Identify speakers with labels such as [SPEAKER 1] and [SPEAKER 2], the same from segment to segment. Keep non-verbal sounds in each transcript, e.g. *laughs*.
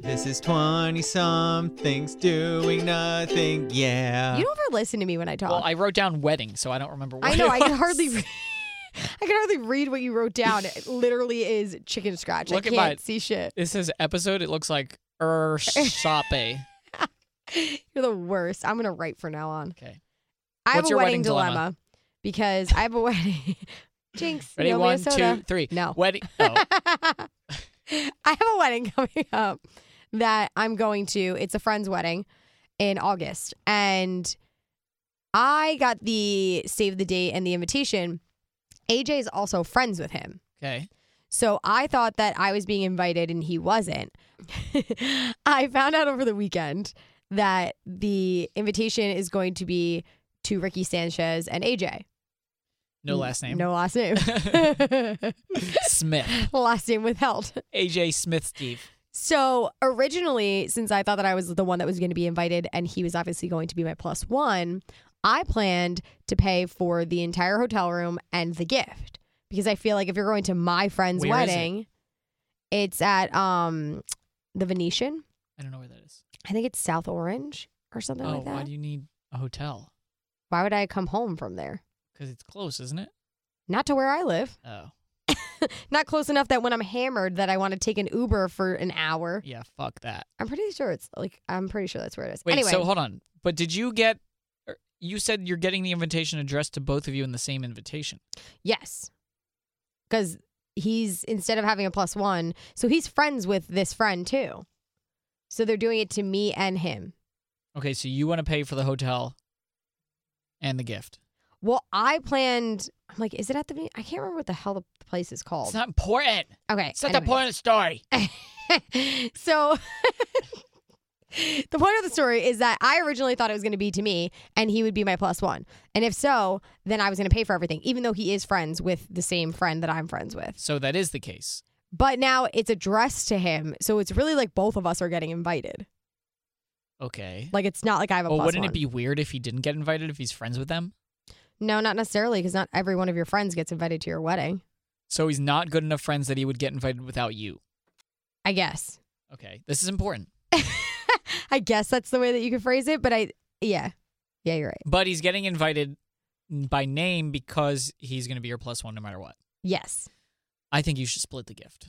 [SPEAKER 1] This is 20 somethings doing nothing. Yeah.
[SPEAKER 2] You don't ever listen to me when I talk.
[SPEAKER 3] Well, I wrote down wedding, so I don't remember what
[SPEAKER 2] I know.
[SPEAKER 3] it
[SPEAKER 2] I can
[SPEAKER 3] was. *laughs*
[SPEAKER 2] hardly. Re- *laughs* I can hardly read what you wrote down. It literally is chicken scratch. I
[SPEAKER 3] Look at
[SPEAKER 2] can't
[SPEAKER 3] mine.
[SPEAKER 2] see shit. *laughs*
[SPEAKER 3] It says episode. It looks like
[SPEAKER 2] *laughs*
[SPEAKER 3] Ursape.
[SPEAKER 2] You're the worst. I'm gonna write for now on.
[SPEAKER 3] Okay.
[SPEAKER 2] I have a
[SPEAKER 3] What's your
[SPEAKER 2] wedding,
[SPEAKER 3] wedding
[SPEAKER 2] dilemma?
[SPEAKER 3] dilemma?
[SPEAKER 2] because I have a *laughs* wedding. Jinx.
[SPEAKER 3] Ready?
[SPEAKER 2] no
[SPEAKER 3] One,
[SPEAKER 2] Minnesota.
[SPEAKER 3] two, three.
[SPEAKER 2] No. *laughs*
[SPEAKER 3] Wedding. Oh,
[SPEAKER 2] I have a wedding *laughs* coming up that I'm going to. It's a friend's wedding in August. And I got the save the date and the invitation. AJ is also friends with him.
[SPEAKER 3] okay.
[SPEAKER 2] So I thought that I was being invited and he wasn't. *laughs* I found out over the weekend that the invitation is going to be to Ricky Sanchez and AJ.
[SPEAKER 3] No last name.
[SPEAKER 2] Mm, No last name. *laughs*
[SPEAKER 3] *laughs* Smith.
[SPEAKER 2] last name withheld.
[SPEAKER 3] AJ Smith Steve.
[SPEAKER 2] So originally, since I thought that I was the one that was going to be invited and he was obviously going to be my plus one, I planned to pay for the entire hotel room and the gift because I feel like if you're going to my friend's
[SPEAKER 3] Where is it?
[SPEAKER 2] wedding, it's at um the Venetian.
[SPEAKER 3] I don't know where that is.
[SPEAKER 2] I think it's South Orange or something
[SPEAKER 3] oh,
[SPEAKER 2] like that.
[SPEAKER 3] why do you need a hotel?
[SPEAKER 2] why would I come home from there?
[SPEAKER 3] Because it's close, isn't it?
[SPEAKER 2] Not to where I live.
[SPEAKER 3] Oh,
[SPEAKER 2] Not close enough that when I'm hammered that I want to take an Uber for an hour.
[SPEAKER 3] yeah. Fuck that.
[SPEAKER 2] I'm pretty sure it's like I'm pretty sure that's where it is.
[SPEAKER 3] Wait.
[SPEAKER 2] anyway,
[SPEAKER 3] So hold on. But did you get? er, You said you're getting the invitation addressed to both of you in the same invitation.
[SPEAKER 2] Yes. Because he's, instead of having a plus one, so he's friends with this friend too. So they're doing it to me and him.
[SPEAKER 3] Okay. So you want to pay for the hotel and the gift.
[SPEAKER 2] Well, I planned, I'm like, is it at the, Vene- I can't remember what the hell the place is called.
[SPEAKER 3] It's not important.
[SPEAKER 2] okay.
[SPEAKER 3] It's not the point of
[SPEAKER 2] *laughs*
[SPEAKER 3] the story.
[SPEAKER 2] anyway. *laughs* so the point of the story is that I originally thought it was going to be to me and he would be my plus one. And if so, then I was going to pay for everything, even though he is friends with the same friend that I'm friends with.
[SPEAKER 3] So that is the case.
[SPEAKER 2] but now it's addressed to him. So it's really like both of us are getting invited.
[SPEAKER 3] Okay.
[SPEAKER 2] Like it's not like I have a
[SPEAKER 3] Well,
[SPEAKER 2] plus
[SPEAKER 3] wouldn't
[SPEAKER 2] one.
[SPEAKER 3] it be weird if he didn't get invited if he's friends with them?
[SPEAKER 2] no, not necessarily, because not every one of your friends gets invited to your wedding.
[SPEAKER 3] So he's not good enough friends that he would get invited without you.
[SPEAKER 2] I guess. *laughs*
[SPEAKER 3] Okay. This is important.
[SPEAKER 2] I guess that's the way that you could phrase it, but I yeah. Yeah, you're right.
[SPEAKER 3] But he's getting invited by name because he's going to be your plus one no matter what.
[SPEAKER 2] Yes.
[SPEAKER 3] I think you should split the gift.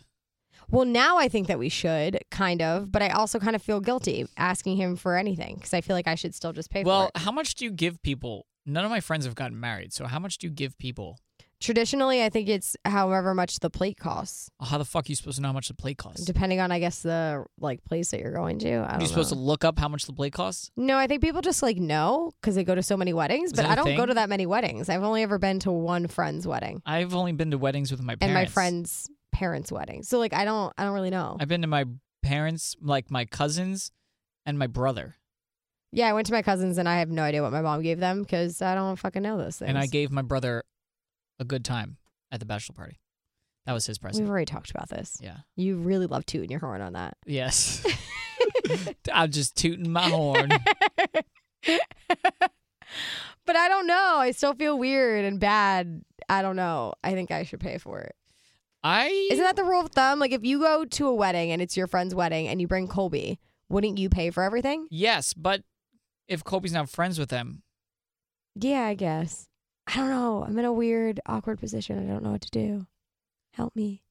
[SPEAKER 2] Well, now I think that we should kind of, but I also kind of feel guilty asking him for anything because I feel like I should still just pay
[SPEAKER 3] Well,
[SPEAKER 2] for it.
[SPEAKER 3] how much do you give people? None of my friends have gotten married. So how much do you give people?
[SPEAKER 2] Traditionally, I think it's however much the plate costs,
[SPEAKER 3] Oh, How the fuck are you supposed to know how much the plate costs?
[SPEAKER 2] depending on I guess the like place that you're going to. I
[SPEAKER 3] Are
[SPEAKER 2] don't
[SPEAKER 3] you supposed
[SPEAKER 2] know.
[SPEAKER 3] to look up how much the plate costs?
[SPEAKER 2] No, I think people just like know because they go to so many weddings,
[SPEAKER 3] Is
[SPEAKER 2] but
[SPEAKER 3] that
[SPEAKER 2] I
[SPEAKER 3] a
[SPEAKER 2] don't go
[SPEAKER 3] thing?
[SPEAKER 2] to that many weddings. I've only ever been to one friend's wedding
[SPEAKER 3] I've only been to weddings with my parents.
[SPEAKER 2] and my friend's parents' wedding. So like I don't I don't really know.
[SPEAKER 3] I've been to my parents, like my cousins, and my brother.
[SPEAKER 2] yeah, I went to my cousins and I have no idea what my mom gave them because I don't fucking know those things.
[SPEAKER 3] And I gave my brother a good time at the bachelor party. That was his present.
[SPEAKER 2] We've already talked about this.
[SPEAKER 3] yeah.
[SPEAKER 2] You really love tooting your horn on that.
[SPEAKER 3] Yes. *laughs* I'm just tooting my horn.
[SPEAKER 2] But I don't know. I still feel weird and bad. I don't know. I think I should pay for it.
[SPEAKER 3] I
[SPEAKER 2] Isn't that the rule of thumb? Like if you go to a wedding and it's your friend's wedding and you bring Colby, wouldn't you pay for everything?
[SPEAKER 3] yes, but if Colby's not friends with them,
[SPEAKER 2] Yeah, I guess. I don't know. I'm in a weird, awkward position. I don't know what to do. Help me.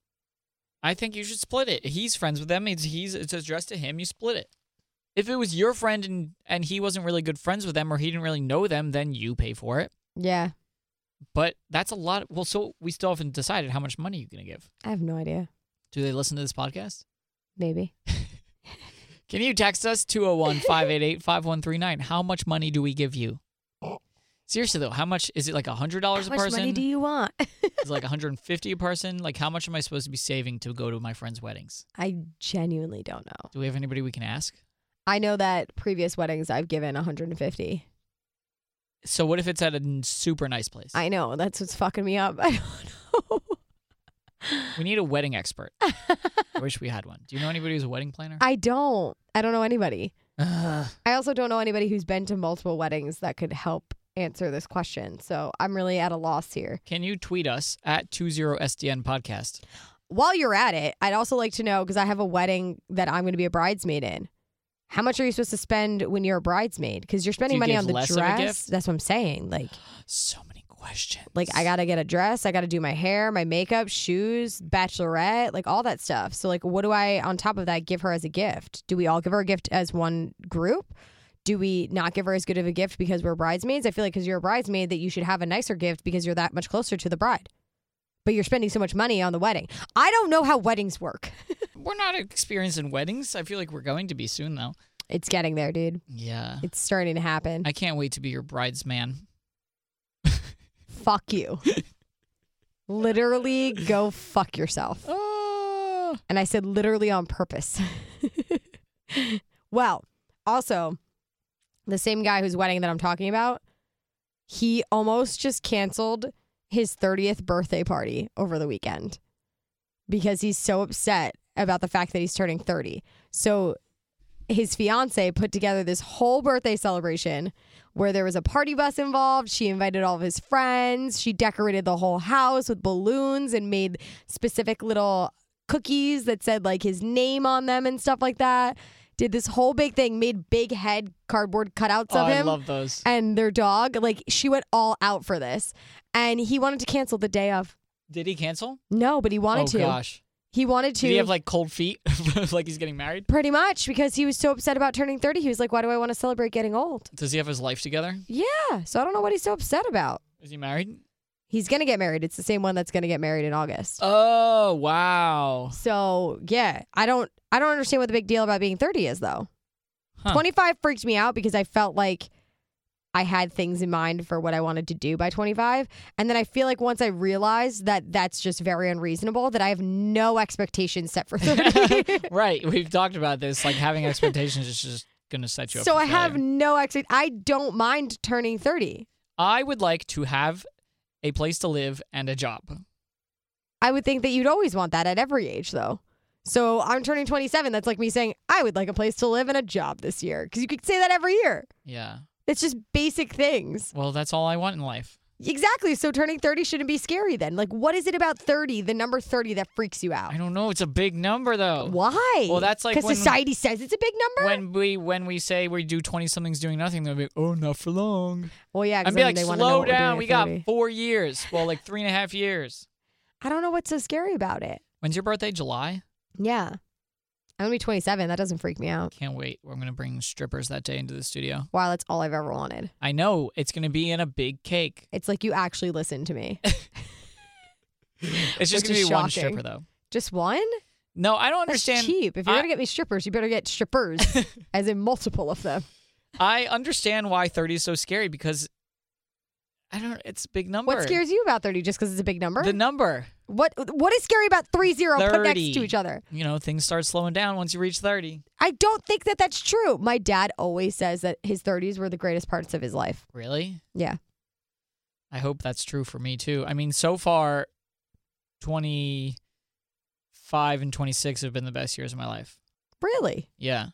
[SPEAKER 3] I think you should split it. He's friends with them. It's he's it's addressed to him. You split it. If it was your friend and and he wasn't really good friends with them or he didn't really know them, then you pay for it.
[SPEAKER 2] Yeah,
[SPEAKER 3] But that's a lot. well, so we still haven't decided how much money you're gonna give.
[SPEAKER 2] I have no idea.
[SPEAKER 3] Do they listen to this podcast?
[SPEAKER 2] Maybe.
[SPEAKER 3] Can you text us 201 588 5139? How much money do we give you? Seriously though, how much is it like $100
[SPEAKER 2] How
[SPEAKER 3] a
[SPEAKER 2] much
[SPEAKER 3] person?
[SPEAKER 2] money do you want? *laughs*
[SPEAKER 3] is it like 150 a person? Like how much am I supposed to be saving to go to my friends' weddings?
[SPEAKER 2] I genuinely don't know.
[SPEAKER 3] Do we have anybody we can ask?
[SPEAKER 2] I know that previous weddings I've given 150.
[SPEAKER 3] So what if it's at a n- super nice place?
[SPEAKER 2] I know that's what's fucking me up. *laughs* I don't know.
[SPEAKER 3] we need a wedding
[SPEAKER 2] *laughs*
[SPEAKER 3] expert. I wish we had one. Do you know anybody who's a wedding planner?
[SPEAKER 2] I don't. I don't know anybody.
[SPEAKER 3] Ugh.
[SPEAKER 2] I also don't know anybody who's been to multiple weddings that could help answer this question. So I'm really at a loss here.
[SPEAKER 3] can you tweet us at 20SDN podcast?
[SPEAKER 2] while you're at it, I'd also like to know because I have a wedding that I'm going to be a bridesmaid in. How much are you supposed to spend when you're a bridesmaid? Because you're spending
[SPEAKER 3] you
[SPEAKER 2] money
[SPEAKER 3] give
[SPEAKER 2] on the
[SPEAKER 3] less
[SPEAKER 2] dress.
[SPEAKER 3] of a gift?
[SPEAKER 2] That's what I'm saying. Like,
[SPEAKER 3] So many questions.
[SPEAKER 2] like I gotta get a dress. I gotta do my hair, my makeup, shoes, bachelorette, like all that stuff. So like, what do I on top of that give her as a gift? Do we all give her a gift as one group? Do we not give her as good of a gift because we're bridesmaids? I feel like because you're a bridesmaid that you should have a nicer gift because you're that much closer to the bride. But you're spending so much money on the wedding. I don't know how weddings work.
[SPEAKER 3] We're not experienced in weddings. I feel like we're going to be soon, though.
[SPEAKER 2] It's getting there, dude.
[SPEAKER 3] Yeah.
[SPEAKER 2] It's starting to happen.
[SPEAKER 3] I can't wait to be your bridesman.
[SPEAKER 2] fuck you. literally go fuck yourself.
[SPEAKER 3] Oh.
[SPEAKER 2] And I said literally on purpose. *laughs* well, also, the same guy whose wedding that I'm talking about, he almost just canceled his 30th birthday party over the weekend because he's so upset about the fact that he's turning 30. So his fiance put together this whole birthday celebration where there was a party bus involved. She invited all of his friends. She decorated the whole house with balloons and made specific little cookies that said like his name on them and stuff like that. Did this whole big thing, made big head cardboard cutouts
[SPEAKER 3] Oh,
[SPEAKER 2] of
[SPEAKER 3] I
[SPEAKER 2] him
[SPEAKER 3] love those.
[SPEAKER 2] and their dog. Like she went all out for this, and he wanted to cancel the day of.
[SPEAKER 3] Did he cancel?
[SPEAKER 2] No, but he wanted
[SPEAKER 3] oh
[SPEAKER 2] to.
[SPEAKER 3] gosh.
[SPEAKER 2] He wanted to.
[SPEAKER 3] Did he have like cold feet, *laughs* like he's getting married?
[SPEAKER 2] pretty much because he was so upset about turning thirty. He was like, "Why do I want to celebrate getting old?"
[SPEAKER 3] Does he have his life together?
[SPEAKER 2] Yeah, so I don't know what he's so upset about.
[SPEAKER 3] Is he married?
[SPEAKER 2] He's gonna get married. It's the same one that's gonna get married in August.
[SPEAKER 3] Oh wow. *laughs*
[SPEAKER 2] so yeah, I don't. I don't understand what the big deal about being thirty is though.
[SPEAKER 3] Huh.
[SPEAKER 2] Twenty five freaked me out because I felt like. I had things in mind for what I wanted to do by 25. And then I feel like once I realized that that's just very unreasonable, that I have no expectations set
[SPEAKER 3] *laughs*
[SPEAKER 2] for 30.
[SPEAKER 3] right. We've talked about this.
[SPEAKER 2] *laughs*
[SPEAKER 3] Like having expectations is just gonna set you up.
[SPEAKER 2] so
[SPEAKER 3] for
[SPEAKER 2] I have
[SPEAKER 3] failure.
[SPEAKER 2] no expect. I don't mind turning 30.
[SPEAKER 3] I would like to have a place to live and a job.
[SPEAKER 2] I would think that you'd always want that at every age, though. So I'm turning 27. That's like me saying, I would like a place to live and a job this year. Because you could say that every year.
[SPEAKER 3] Yeah.
[SPEAKER 2] It's just basic things.
[SPEAKER 3] Well, that's all I want in life.
[SPEAKER 2] Exactly. So turning 30 shouldn't be scary then. Like, what is it about 30, the number 30, that freaks you out?
[SPEAKER 3] I don't know. It's a big number though.
[SPEAKER 2] Why?
[SPEAKER 3] Well, that's like when-
[SPEAKER 2] Because society says it's a big number?
[SPEAKER 3] When we when we say we do twenty somethings doing nothing, they'll be oh not for long.
[SPEAKER 2] well, yeah,
[SPEAKER 3] I'd
[SPEAKER 2] because
[SPEAKER 3] be like
[SPEAKER 2] they want to know
[SPEAKER 3] slow
[SPEAKER 2] what we're doing
[SPEAKER 3] down.
[SPEAKER 2] at
[SPEAKER 3] We got
[SPEAKER 2] 30.
[SPEAKER 3] four years. Well, like three and a half years.
[SPEAKER 2] I don't know what's so scary about it.
[SPEAKER 3] When's your birthday? July.
[SPEAKER 2] Yeah. I'm going to be 27. That doesn't freak me out.
[SPEAKER 3] Can't wait. I'm gonna bring strippers that day into the studio.
[SPEAKER 2] Wow, that's all I've ever wanted.
[SPEAKER 3] I know it's gonna be in a big cake.
[SPEAKER 2] It's like you actually listen to
[SPEAKER 3] *laughs*
[SPEAKER 2] me.
[SPEAKER 3] It's
[SPEAKER 2] Which
[SPEAKER 3] just gonna be
[SPEAKER 2] is
[SPEAKER 3] one
[SPEAKER 2] shocking.
[SPEAKER 3] stripper though.
[SPEAKER 2] Just one?
[SPEAKER 3] No, I don't
[SPEAKER 2] That's
[SPEAKER 3] understand.
[SPEAKER 2] cheap. If you're
[SPEAKER 3] I-
[SPEAKER 2] gonna get me strippers, you better get strippers,
[SPEAKER 3] *laughs*
[SPEAKER 2] as in multiple of them.
[SPEAKER 3] I understand why thirty is so scary because I don't. It's a big number.
[SPEAKER 2] What scares you about thirty? Just because it's a big number?
[SPEAKER 3] The number.
[SPEAKER 2] what What is scary about three zero put next
[SPEAKER 3] 30.
[SPEAKER 2] to each other?
[SPEAKER 3] You know, things start slowing down once you reach thirty.
[SPEAKER 2] I don't think that that's true. My dad always says that his thirties were the greatest parts of his life.
[SPEAKER 3] Really?
[SPEAKER 2] Yeah.
[SPEAKER 3] I hope that's true for me too. I mean, so far, twenty five and twenty six have been the best years of my life.
[SPEAKER 2] Really
[SPEAKER 3] Yeah.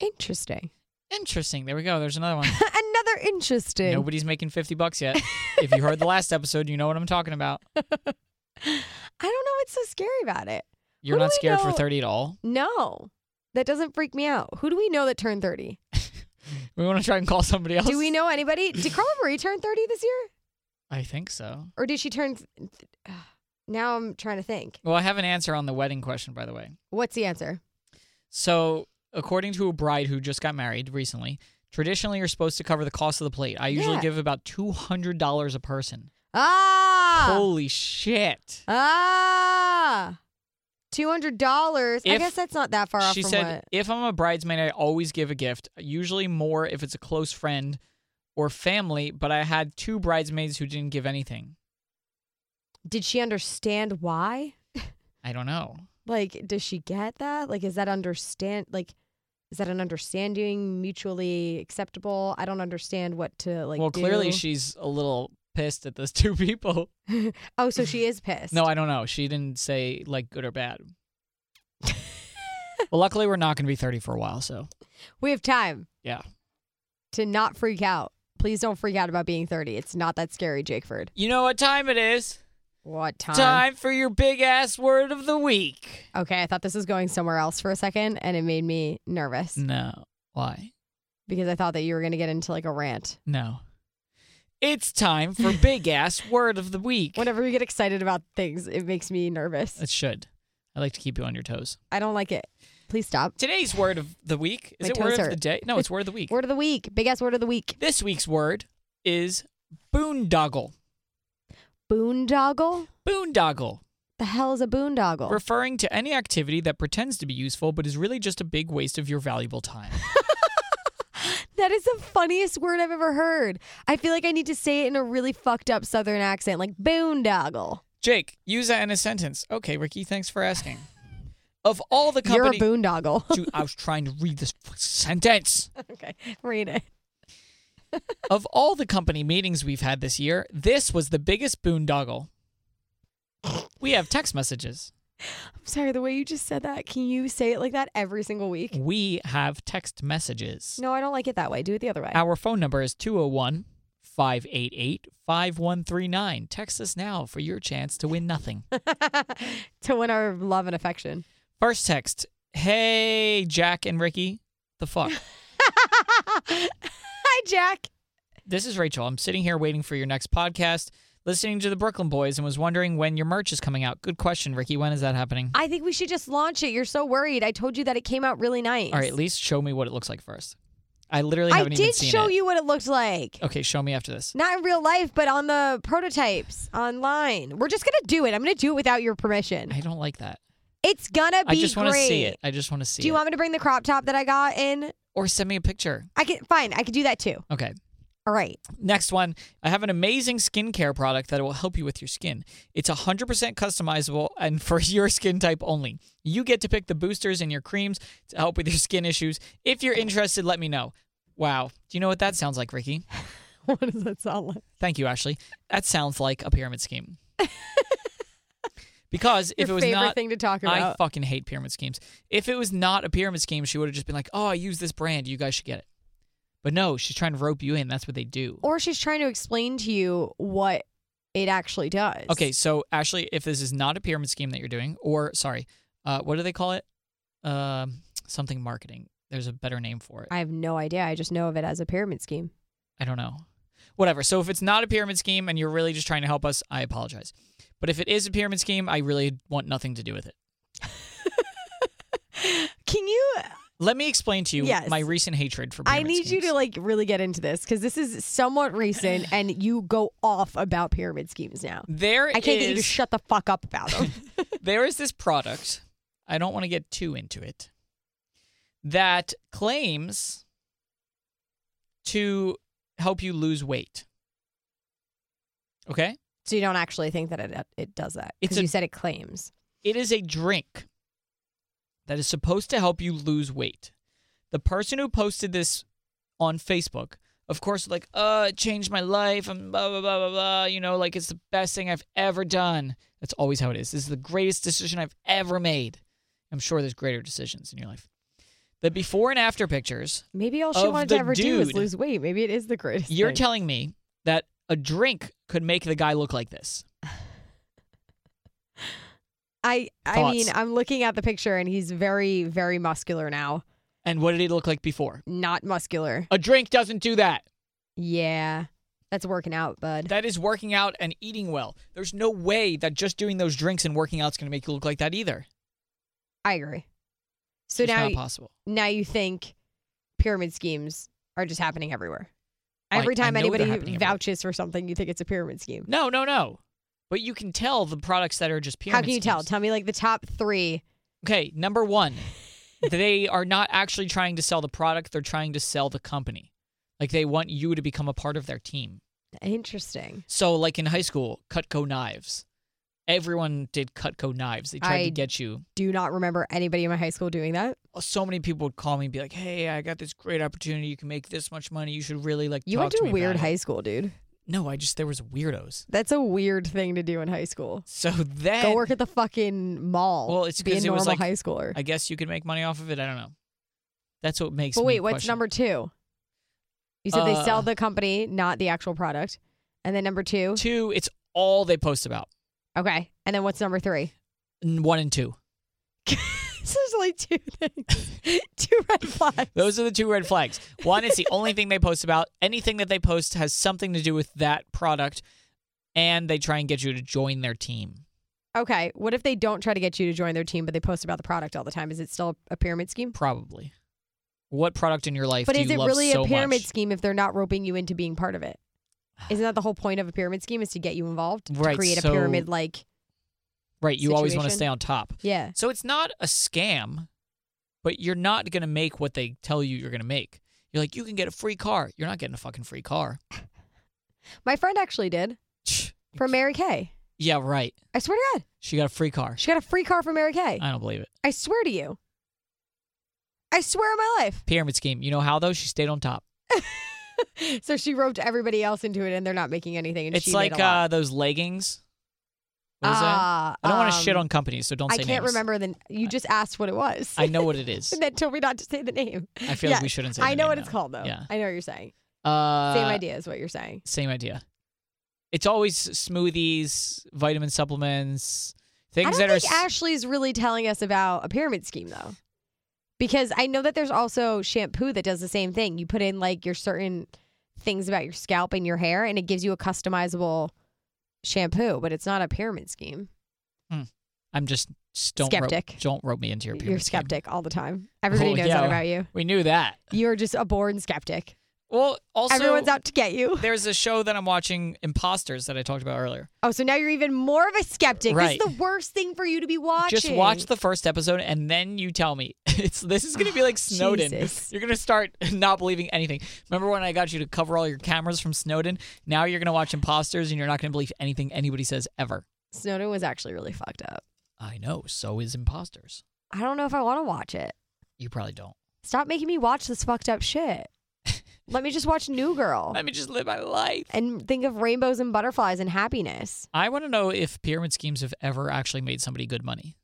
[SPEAKER 2] interesting. *laughs*
[SPEAKER 3] Interesting. There we go. There's another one.
[SPEAKER 2] Another interesting.
[SPEAKER 3] Nobody's making fifty
[SPEAKER 2] *laughs*
[SPEAKER 3] bucks yet. if you heard the last episode, you know what I'm talking about.
[SPEAKER 2] I don't know what's so scary about it.
[SPEAKER 3] You're
[SPEAKER 2] Who do
[SPEAKER 3] not
[SPEAKER 2] I
[SPEAKER 3] scared for
[SPEAKER 2] know?
[SPEAKER 3] thirty at all.
[SPEAKER 2] No, that doesn't freak me out. Who do we know that turned thirty?
[SPEAKER 3] We want to try and call somebody else.
[SPEAKER 2] Do we know anybody?
[SPEAKER 3] *laughs*
[SPEAKER 2] Did Carla Marie turn thirty this year,
[SPEAKER 3] I think so.
[SPEAKER 2] or did she turn? Th- th- *sighs* now I'm trying to think.
[SPEAKER 3] Well, I have an answer on the wedding question, by the way.
[SPEAKER 2] What's the answer?
[SPEAKER 3] So, according to a bride who just got married recently, traditionally you're supposed to cover the cost of the plate. I usually
[SPEAKER 2] Yeah.
[SPEAKER 3] give about two hundred dollars a person.
[SPEAKER 2] Ah.
[SPEAKER 3] Holy shit!
[SPEAKER 2] Ah. Two hundred dollars. I
[SPEAKER 3] If-
[SPEAKER 2] guess that's not that far off
[SPEAKER 3] She
[SPEAKER 2] from
[SPEAKER 3] said,
[SPEAKER 2] what.
[SPEAKER 3] "If I'm a bridesmaid, I always give a gift. Usually more if it's a close friend or family. But I had two bridesmaids who didn't give anything.
[SPEAKER 2] Did she understand why?
[SPEAKER 3] I don't know.
[SPEAKER 2] Like, does she get that? Like, is that understand? Like, is that an understanding mutually acceptable? I don't understand what to like.
[SPEAKER 3] well, clearly
[SPEAKER 2] do.
[SPEAKER 3] she's a little pissed at those *laughs* two people.
[SPEAKER 2] Oh, so she is pissed.
[SPEAKER 3] No, I don't know. She didn't say like good
[SPEAKER 2] *laughs*
[SPEAKER 3] or bad. well, luckily we're not going to be 30 for a while, so
[SPEAKER 2] we have time
[SPEAKER 3] yeah.
[SPEAKER 2] to not freak out. Please don't freak out about being thirty. It's not that scary, Jakeford.
[SPEAKER 3] You know what time it is?
[SPEAKER 2] What time?
[SPEAKER 3] Time for your big ass word of the week.
[SPEAKER 2] Okay, I thought this was going somewhere else for a second, and it made me nervous
[SPEAKER 3] No. Why?
[SPEAKER 2] because I thought that you were going to get into like a rant.
[SPEAKER 3] No. It's time
[SPEAKER 2] *laughs*
[SPEAKER 3] for big ass word of the week.
[SPEAKER 2] Whenever you get excited about things, it makes me nervous.
[SPEAKER 3] It should. I like to keep you on your toes.
[SPEAKER 2] I don't like it. Please stop. *sighs*
[SPEAKER 3] Today's word of the week is
[SPEAKER 2] My
[SPEAKER 3] it word
[SPEAKER 2] toes
[SPEAKER 3] of the
[SPEAKER 2] hurt.
[SPEAKER 3] day? No, it's word of the
[SPEAKER 2] *laughs*
[SPEAKER 3] week.
[SPEAKER 2] Word of the week. Big ass word of the week.
[SPEAKER 3] This week's word is boondoggle.
[SPEAKER 2] Boondoggle?
[SPEAKER 3] Boondoggle,
[SPEAKER 2] The hell is a boondoggle?
[SPEAKER 3] referring to any activity that pretends to be useful but is really just a big waste of your
[SPEAKER 2] *laughs*
[SPEAKER 3] valuable time.
[SPEAKER 2] that is the funniest word I've ever heard. I feel like I need to say it in a really fucked up southern accent, like boondoggle.
[SPEAKER 3] Jake, use that in a sentence. Okay, Ricky, thanks for asking. Of all the
[SPEAKER 2] You're a
[SPEAKER 3] company,
[SPEAKER 2] boondoggle. *laughs*
[SPEAKER 3] Dude, I was trying *laughs* to read this f- sentence.
[SPEAKER 2] okay, read it.
[SPEAKER 3] Of all the company meetings we've had this year, this was the biggest boondoggle. We have text messages.
[SPEAKER 2] I'm sorry, the way you just said that, can you say it like that every single week?
[SPEAKER 3] We have text messages.
[SPEAKER 2] No, I don't like it that way. Do it the other way.
[SPEAKER 3] Our phone number is 201 588 5139. Text us now for your chance to
[SPEAKER 2] *laughs*
[SPEAKER 3] win nothing.
[SPEAKER 2] *laughs* to win our love and affection. *laughs*
[SPEAKER 3] First text Hey, Jack and Ricky.
[SPEAKER 2] *laughs*
[SPEAKER 3] The fuck?
[SPEAKER 2] Hi, Jack.
[SPEAKER 3] this is Rachel. I'm sitting here waiting for your next podcast, listening to the Brooklyn Boys, and was wondering when your merch is coming out. Good question, Ricky. When is that happening?
[SPEAKER 2] I think we should just launch it. You're so worried. I told you that it came out really nice.
[SPEAKER 3] All right, at least show me what it looks like first. I literally
[SPEAKER 2] I
[SPEAKER 3] haven't even
[SPEAKER 2] did
[SPEAKER 3] seen
[SPEAKER 2] show
[SPEAKER 3] it.
[SPEAKER 2] you what it looked like.
[SPEAKER 3] Okay, show me after this.
[SPEAKER 2] Not in real life, but on the prototypes online. We're just gonna do it. I'm gonna do it without your permission.
[SPEAKER 3] I don't like that.
[SPEAKER 2] It's gonna Mm. be
[SPEAKER 3] I just
[SPEAKER 2] great.
[SPEAKER 3] want to see it. I just want to see
[SPEAKER 2] Do you
[SPEAKER 3] it.
[SPEAKER 2] want me to bring the crop top that I got in?
[SPEAKER 3] or send me a picture.
[SPEAKER 2] I can fine. I could do that too.
[SPEAKER 3] Okay.
[SPEAKER 2] All right.
[SPEAKER 3] Next one. I have an amazing skincare product that will help you with your skin. It's 100% customizable and *laughs* for your skin type only. You get to pick the boosters and your creams to help with your skin issues. If you're interested, let me know. Wow. Do you know what that sounds like, Ricky?
[SPEAKER 2] *laughs* what does that sound like?
[SPEAKER 3] Thank you, Ashley. That sounds like a
[SPEAKER 2] *laughs*
[SPEAKER 3] pyramid scheme. Because if
[SPEAKER 2] your
[SPEAKER 3] it was
[SPEAKER 2] favorite
[SPEAKER 3] not
[SPEAKER 2] thing to talk about.
[SPEAKER 3] I fucking hate pyramid schemes. If it was not a pyramid scheme, she would have just been like, "Oh, I use this brand. You guys should get it." But no, she's trying to rope you in. That's what they do.
[SPEAKER 2] or she's trying to explain to you what it actually does.
[SPEAKER 3] Okay, so Ashley, if this is not a pyramid scheme that you're doing, or sorry, uh, what do they call it? Um, something marketing. There's a better name for it.
[SPEAKER 2] I have no idea. I just know of it as a pyramid scheme.
[SPEAKER 3] I don't know. Whatever. So if it's not a pyramid scheme and you're really just trying to help us, I apologize. But if it is a pyramid scheme, I really want nothing to do with it.
[SPEAKER 2] Can you?
[SPEAKER 3] Let me explain to you
[SPEAKER 2] Yes.
[SPEAKER 3] my recent hatred for
[SPEAKER 2] I
[SPEAKER 3] pyramid
[SPEAKER 2] need you
[SPEAKER 3] schemes.
[SPEAKER 2] to like really get into this because this is somewhat
[SPEAKER 3] *sighs*
[SPEAKER 2] recent, and you go off about pyramid schemes now.
[SPEAKER 3] There
[SPEAKER 2] I can't get you to
[SPEAKER 3] is-
[SPEAKER 2] shut the fuck up about *laughs* them.
[SPEAKER 3] there is this product. I don't want to get too into it. That claims to help you lose weight. Okay?
[SPEAKER 2] so you don't actually think that it it does that
[SPEAKER 3] It's
[SPEAKER 2] because
[SPEAKER 3] a-
[SPEAKER 2] you said it claims.
[SPEAKER 3] It is a drink that is supposed to help you lose weight. The person who posted this on Facebook, of course, like, uh, it changed my life. I'm blah, blah, blah, blah, blah. You know, like it's the best thing I've ever done. That's always how it is. This is the greatest decision I've ever made. I'm sure there's greater decisions in your life. The before and after pictures,
[SPEAKER 2] Maybe all she
[SPEAKER 3] Of
[SPEAKER 2] wanted to
[SPEAKER 3] the
[SPEAKER 2] ever do is
[SPEAKER 3] dude.
[SPEAKER 2] lose weight. Maybe it is the greatest.
[SPEAKER 3] you're
[SPEAKER 2] thing.
[SPEAKER 3] telling me that a drink could make the guy look like this.
[SPEAKER 2] I I
[SPEAKER 3] Thoughts?
[SPEAKER 2] mean, I'm looking at the picture, and he's very very muscular now.
[SPEAKER 3] And what did he look like before?
[SPEAKER 2] Not muscular.
[SPEAKER 3] A drink doesn't do that.
[SPEAKER 2] Yeah, that's working out, bud.
[SPEAKER 3] That is working out and eating well. There's no way that just doing those drinks and working out is going to make you look like that either.
[SPEAKER 2] I agree. So
[SPEAKER 3] it's
[SPEAKER 2] now,
[SPEAKER 3] not possible.
[SPEAKER 2] now you think pyramid schemes are just happening everywhere.
[SPEAKER 3] Like,
[SPEAKER 2] Every
[SPEAKER 3] I
[SPEAKER 2] time
[SPEAKER 3] know they're
[SPEAKER 2] anybody
[SPEAKER 3] happening everywhere.
[SPEAKER 2] vouches for something, you think it's a pyramid scheme.
[SPEAKER 3] No, no, no. But you can tell the products that are just pyramid.
[SPEAKER 2] How can you tell?
[SPEAKER 3] schemes.
[SPEAKER 2] Tell me like the top three.
[SPEAKER 3] Okay, number one, they are not actually trying to sell the product; they're trying to sell the company. Like they want you to become a part of their team.
[SPEAKER 2] Interesting.
[SPEAKER 3] So, like in high school, Cutco knives. Everyone did Cutco knives. They tried
[SPEAKER 2] I-
[SPEAKER 3] to get you.
[SPEAKER 2] Do not remember anybody in my high school doing that.
[SPEAKER 3] So many people would call me and be like, "Hey, I got this great opportunity. You can make this much money. You should really like."
[SPEAKER 2] You
[SPEAKER 3] talk
[SPEAKER 2] went
[SPEAKER 3] to
[SPEAKER 2] to
[SPEAKER 3] me
[SPEAKER 2] a weird
[SPEAKER 3] about it."
[SPEAKER 2] high school, dude.
[SPEAKER 3] No, I just there was weirdos.
[SPEAKER 2] That's a weird thing to do in high school.
[SPEAKER 3] So then
[SPEAKER 2] Go work at the fucking mall.
[SPEAKER 3] Well, it's
[SPEAKER 2] be a
[SPEAKER 3] 'cause it
[SPEAKER 2] normal
[SPEAKER 3] was, like,
[SPEAKER 2] high schooler.
[SPEAKER 3] I guess you could make money off of it. I don't know. That's what makes.
[SPEAKER 2] But
[SPEAKER 3] me
[SPEAKER 2] wait, what's
[SPEAKER 3] question-
[SPEAKER 2] number two? You said they
[SPEAKER 3] Uh,
[SPEAKER 2] sell the company, not the actual product. And then number two,
[SPEAKER 3] two? It's all they post about.
[SPEAKER 2] Okay. And then what's number three? *laughs*
[SPEAKER 3] N- One and two.
[SPEAKER 2] So there's only two things. *laughs* two red flags.
[SPEAKER 3] Those are the
[SPEAKER 2] *laughs*
[SPEAKER 3] two red flags. One is the only thing they post about. Anything that they post has something to do with that product, and they try and get you to join their team.
[SPEAKER 2] okay. What if they don't try to get you to join their team, but they post about the product all the time? Is it still a pyramid scheme?
[SPEAKER 3] Probably. What product in your life
[SPEAKER 2] But
[SPEAKER 3] do
[SPEAKER 2] is
[SPEAKER 3] you
[SPEAKER 2] it
[SPEAKER 3] love
[SPEAKER 2] really
[SPEAKER 3] so
[SPEAKER 2] a pyramid
[SPEAKER 3] much?
[SPEAKER 2] scheme if they're not roping you into being part of it? Isn't that the whole point of a pyramid scheme is to get you involved?
[SPEAKER 3] Right,
[SPEAKER 2] To create
[SPEAKER 3] so-
[SPEAKER 2] a pyramid like
[SPEAKER 3] Right. You always want to
[SPEAKER 2] situation?
[SPEAKER 3] stay on top.
[SPEAKER 2] Yeah.
[SPEAKER 3] So it's not a scam, but you're not going to make what they tell you you're going to make. You're like, you can get a free car. You're not getting a fucking free car. *laughs*
[SPEAKER 2] My friend actually did from Mary Kay.
[SPEAKER 3] yeah, right.
[SPEAKER 2] I swear to God.
[SPEAKER 3] She got a free car.
[SPEAKER 2] She got a free car from Mary Kay.
[SPEAKER 3] I don't believe it.
[SPEAKER 2] I swear to you. I swear on my life.
[SPEAKER 3] Pyramid scheme. You know how, though? She stayed on top.
[SPEAKER 2] *laughs* So she roped everybody else into it and they're not making anything. And
[SPEAKER 3] It's
[SPEAKER 2] she
[SPEAKER 3] like
[SPEAKER 2] made a lot.
[SPEAKER 3] uh, those leggings. What is that? I don't want to shit on companies, so don't
[SPEAKER 2] Ah,
[SPEAKER 3] say
[SPEAKER 2] Um, I can't
[SPEAKER 3] names.
[SPEAKER 2] remember the. You just asked what it was.
[SPEAKER 3] I know what it
[SPEAKER 2] *laughs*
[SPEAKER 3] is.
[SPEAKER 2] and then told me not to say the name.
[SPEAKER 3] I feel
[SPEAKER 2] Yeah,
[SPEAKER 3] like we shouldn't say
[SPEAKER 2] I
[SPEAKER 3] the
[SPEAKER 2] know
[SPEAKER 3] name
[SPEAKER 2] what it's
[SPEAKER 3] now.
[SPEAKER 2] called though.
[SPEAKER 3] Yeah.
[SPEAKER 2] I know what you're saying.
[SPEAKER 3] Uh,
[SPEAKER 2] Same idea is what you're saying.
[SPEAKER 3] Same idea. It's always smoothies, vitamin supplements, things
[SPEAKER 2] I don't
[SPEAKER 3] that
[SPEAKER 2] think
[SPEAKER 3] are. s-
[SPEAKER 2] Ashley's really telling us about a pyramid scheme though, because I know that there's also shampoo that does the same thing. You put in like your certain things about your scalp and your hair, and it gives you a customizable shampoo, but it's not a pyramid scheme.
[SPEAKER 3] I'm just, just don't
[SPEAKER 2] Skeptic.
[SPEAKER 3] Rope, don't rope me into your pyramid
[SPEAKER 2] You're
[SPEAKER 3] scheme.
[SPEAKER 2] skeptic all the time. Everybody
[SPEAKER 3] Oh,
[SPEAKER 2] knows
[SPEAKER 3] yeah.
[SPEAKER 2] that about you.
[SPEAKER 3] We knew that.
[SPEAKER 2] You're just a born skeptic.
[SPEAKER 3] Well, also
[SPEAKER 2] Everyone's out to get you.
[SPEAKER 3] *laughs* there's a show that I'm watching, Imposters, that I talked about earlier.
[SPEAKER 2] Oh, so now you're even more of a skeptic.
[SPEAKER 3] Right.
[SPEAKER 2] This is the worst thing for you to be watching.
[SPEAKER 3] Just watch the first episode and then you tell me. *laughs* It's this is gonna be like Snowden.
[SPEAKER 2] Jesus.
[SPEAKER 3] *laughs* You're gonna start not believing anything. Remember when I got you to cover all your cameras from Snowden? Now you're gonna watch Imposters and you're not gonna believe anything anybody says ever.
[SPEAKER 2] Snowden was actually really fucked up.
[SPEAKER 3] I know. So is Imposters.
[SPEAKER 2] I don't know if I want to watch it.
[SPEAKER 3] You probably don't.
[SPEAKER 2] Stop making me watch this fucked up shit. Let me just watch New Girl
[SPEAKER 3] Let me just live my life.
[SPEAKER 2] and think of rainbows and butterflies and happiness.
[SPEAKER 3] I want to know if pyramid schemes have ever actually made somebody good money.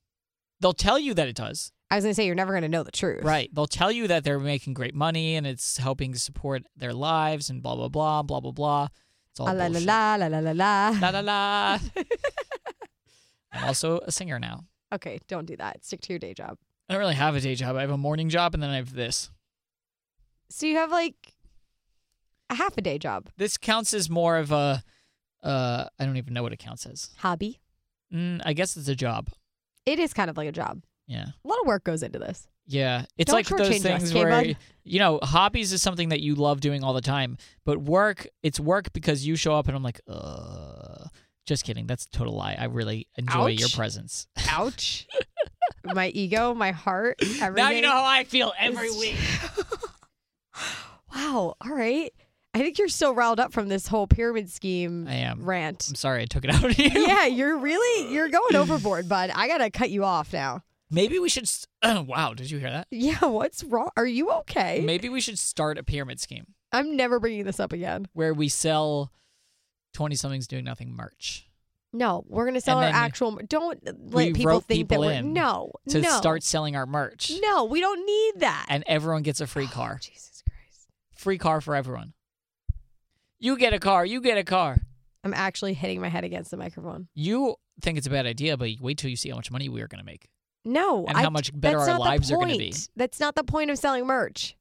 [SPEAKER 3] They'll tell you that it does.
[SPEAKER 2] I was gonna say you're never gonna know the truth.
[SPEAKER 3] Right. They'll tell you that they're making great money and it's helping support their lives and blah blah blah blah blah blah. It's all
[SPEAKER 2] Ah, La la
[SPEAKER 3] bullshit.
[SPEAKER 2] la la la la la.
[SPEAKER 3] la la la. I'm also a singer now.
[SPEAKER 2] *laughs* Okay, don't do that. Stick to your day job.
[SPEAKER 3] I don't really have a day job. I have a morning job and then I have this.
[SPEAKER 2] So you have like a half a day job.
[SPEAKER 3] This counts as more of a uh I don't even know what it counts as.
[SPEAKER 2] Hobby.
[SPEAKER 3] Mm, I guess it's a job.
[SPEAKER 2] It is kind of like a job.
[SPEAKER 3] Yeah.
[SPEAKER 2] A lot of work goes into this.
[SPEAKER 3] Yeah, it's
[SPEAKER 2] Don't
[SPEAKER 3] like those
[SPEAKER 2] shortchange us,
[SPEAKER 3] things
[SPEAKER 2] okay,
[SPEAKER 3] where
[SPEAKER 2] bud?
[SPEAKER 3] you know hobbies is something that you love doing all the time, but work it's work because you show up and I'm like, uh, just kidding. That's a total lie. I really enjoy your
[SPEAKER 2] Ouch.
[SPEAKER 3] presence.
[SPEAKER 2] Ouch. *laughs* my ego, my heart, everything.
[SPEAKER 3] Now you know how I feel every week.
[SPEAKER 2] Wow. All right. I think you're so riled up from this whole pyramid scheme
[SPEAKER 3] I am.
[SPEAKER 2] rant.
[SPEAKER 3] I'm sorry I took it out on you.
[SPEAKER 2] yeah, you're really you're going
[SPEAKER 3] Uh,
[SPEAKER 2] overboard, bud. I gotta cut you off now.
[SPEAKER 3] *laughs* Maybe we should. St- oh, *clears throat* wow, did you hear that?
[SPEAKER 2] Yeah, what's wrong? Are you okay?
[SPEAKER 3] Maybe we should start a pyramid scheme
[SPEAKER 2] I'm never bringing this up again.
[SPEAKER 3] where we sell twenty somethings doing nothing merch
[SPEAKER 2] No, we're gonna sell
[SPEAKER 3] And
[SPEAKER 2] our
[SPEAKER 3] then
[SPEAKER 2] actual. Don't let
[SPEAKER 3] we
[SPEAKER 2] people
[SPEAKER 3] rope
[SPEAKER 2] think
[SPEAKER 3] people
[SPEAKER 2] that we're
[SPEAKER 3] in
[SPEAKER 2] no
[SPEAKER 3] to
[SPEAKER 2] no
[SPEAKER 3] start selling our merch,
[SPEAKER 2] no. We don't need that. Oh,
[SPEAKER 3] and everyone gets a free car.
[SPEAKER 2] Jesus Christ!
[SPEAKER 3] free car for everyone. You get a car, you get a car.
[SPEAKER 2] I'm actually hitting my head against the microphone.
[SPEAKER 3] You think it's a bad idea, but wait till you see how much money we are going to make.
[SPEAKER 2] No,
[SPEAKER 3] And
[SPEAKER 2] I-
[SPEAKER 3] how much better
[SPEAKER 2] that's
[SPEAKER 3] our
[SPEAKER 2] not the
[SPEAKER 3] lives are gonna be.
[SPEAKER 2] point. That's not the point of selling merch.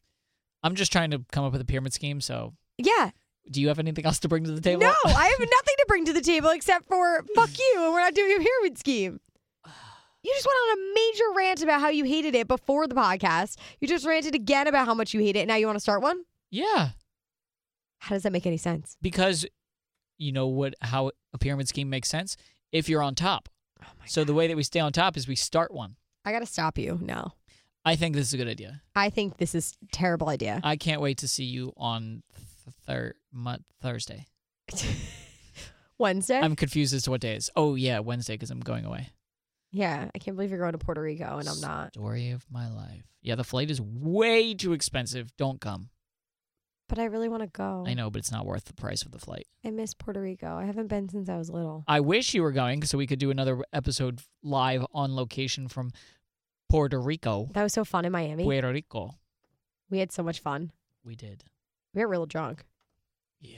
[SPEAKER 3] I'm just trying to come up with a pyramid scheme. So,
[SPEAKER 2] Yeah,
[SPEAKER 3] do you have anything else to bring to the table?
[SPEAKER 2] no, I have nothing to bring to the table except for fuck you, and we're not doing a pyramid scheme. You just went on a major rant about how you hated it before the podcast. You just ranted again about how much you hate it. Now you want to start one?
[SPEAKER 3] yeah,
[SPEAKER 2] How does that make any sense?
[SPEAKER 3] because you know what? How a pyramid scheme makes sense if you're on top.
[SPEAKER 2] Oh my
[SPEAKER 3] So the way that we stay on top is we start one.
[SPEAKER 2] I gotta stop you. No,
[SPEAKER 3] I think this is a good
[SPEAKER 2] *laughs*
[SPEAKER 3] idea.
[SPEAKER 2] I think this is a terrible idea. *laughs*
[SPEAKER 3] I can't wait to see you on th- thir- mon- Thursday.
[SPEAKER 2] Wednesday.
[SPEAKER 3] I'm confused as to what day is. Oh yeah, Wednesday because I'm going away.
[SPEAKER 2] yeah, I can't believe you're going to Puerto Rico and I'm not.
[SPEAKER 3] Story of my life. Yeah, the flight is way too expensive. Don't come.
[SPEAKER 2] But I really want to go.
[SPEAKER 3] I know, but it's not worth the price of the flight.
[SPEAKER 2] I miss Puerto Rico. I haven't been since I was little.
[SPEAKER 3] I wish you were going so we could do another episode live on location from Puerto Rico.
[SPEAKER 2] That was so fun in Miami.
[SPEAKER 3] Puerto Rico.
[SPEAKER 2] We had so much fun.
[SPEAKER 3] We did.
[SPEAKER 2] We were real drunk.
[SPEAKER 3] Yeah.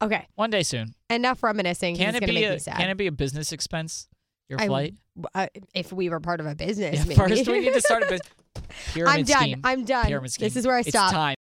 [SPEAKER 2] Okay,
[SPEAKER 3] One day soon.
[SPEAKER 2] enough reminiscing. 'cause
[SPEAKER 3] Can
[SPEAKER 2] it's
[SPEAKER 3] it
[SPEAKER 2] gonna
[SPEAKER 3] be
[SPEAKER 2] make
[SPEAKER 3] a
[SPEAKER 2] me sad.
[SPEAKER 3] can it be a business expense? Your
[SPEAKER 2] I-
[SPEAKER 3] flight.
[SPEAKER 2] uh, if we were
[SPEAKER 3] *laughs*
[SPEAKER 2] part of a business,
[SPEAKER 3] Yeah,
[SPEAKER 2] maybe.
[SPEAKER 3] first, we need to start a business. Pyramid
[SPEAKER 2] *laughs* I'm done.
[SPEAKER 3] scheme.
[SPEAKER 2] I'm done.
[SPEAKER 3] Pyramid scheme.
[SPEAKER 2] This is where I
[SPEAKER 3] it's
[SPEAKER 2] stop.
[SPEAKER 3] time.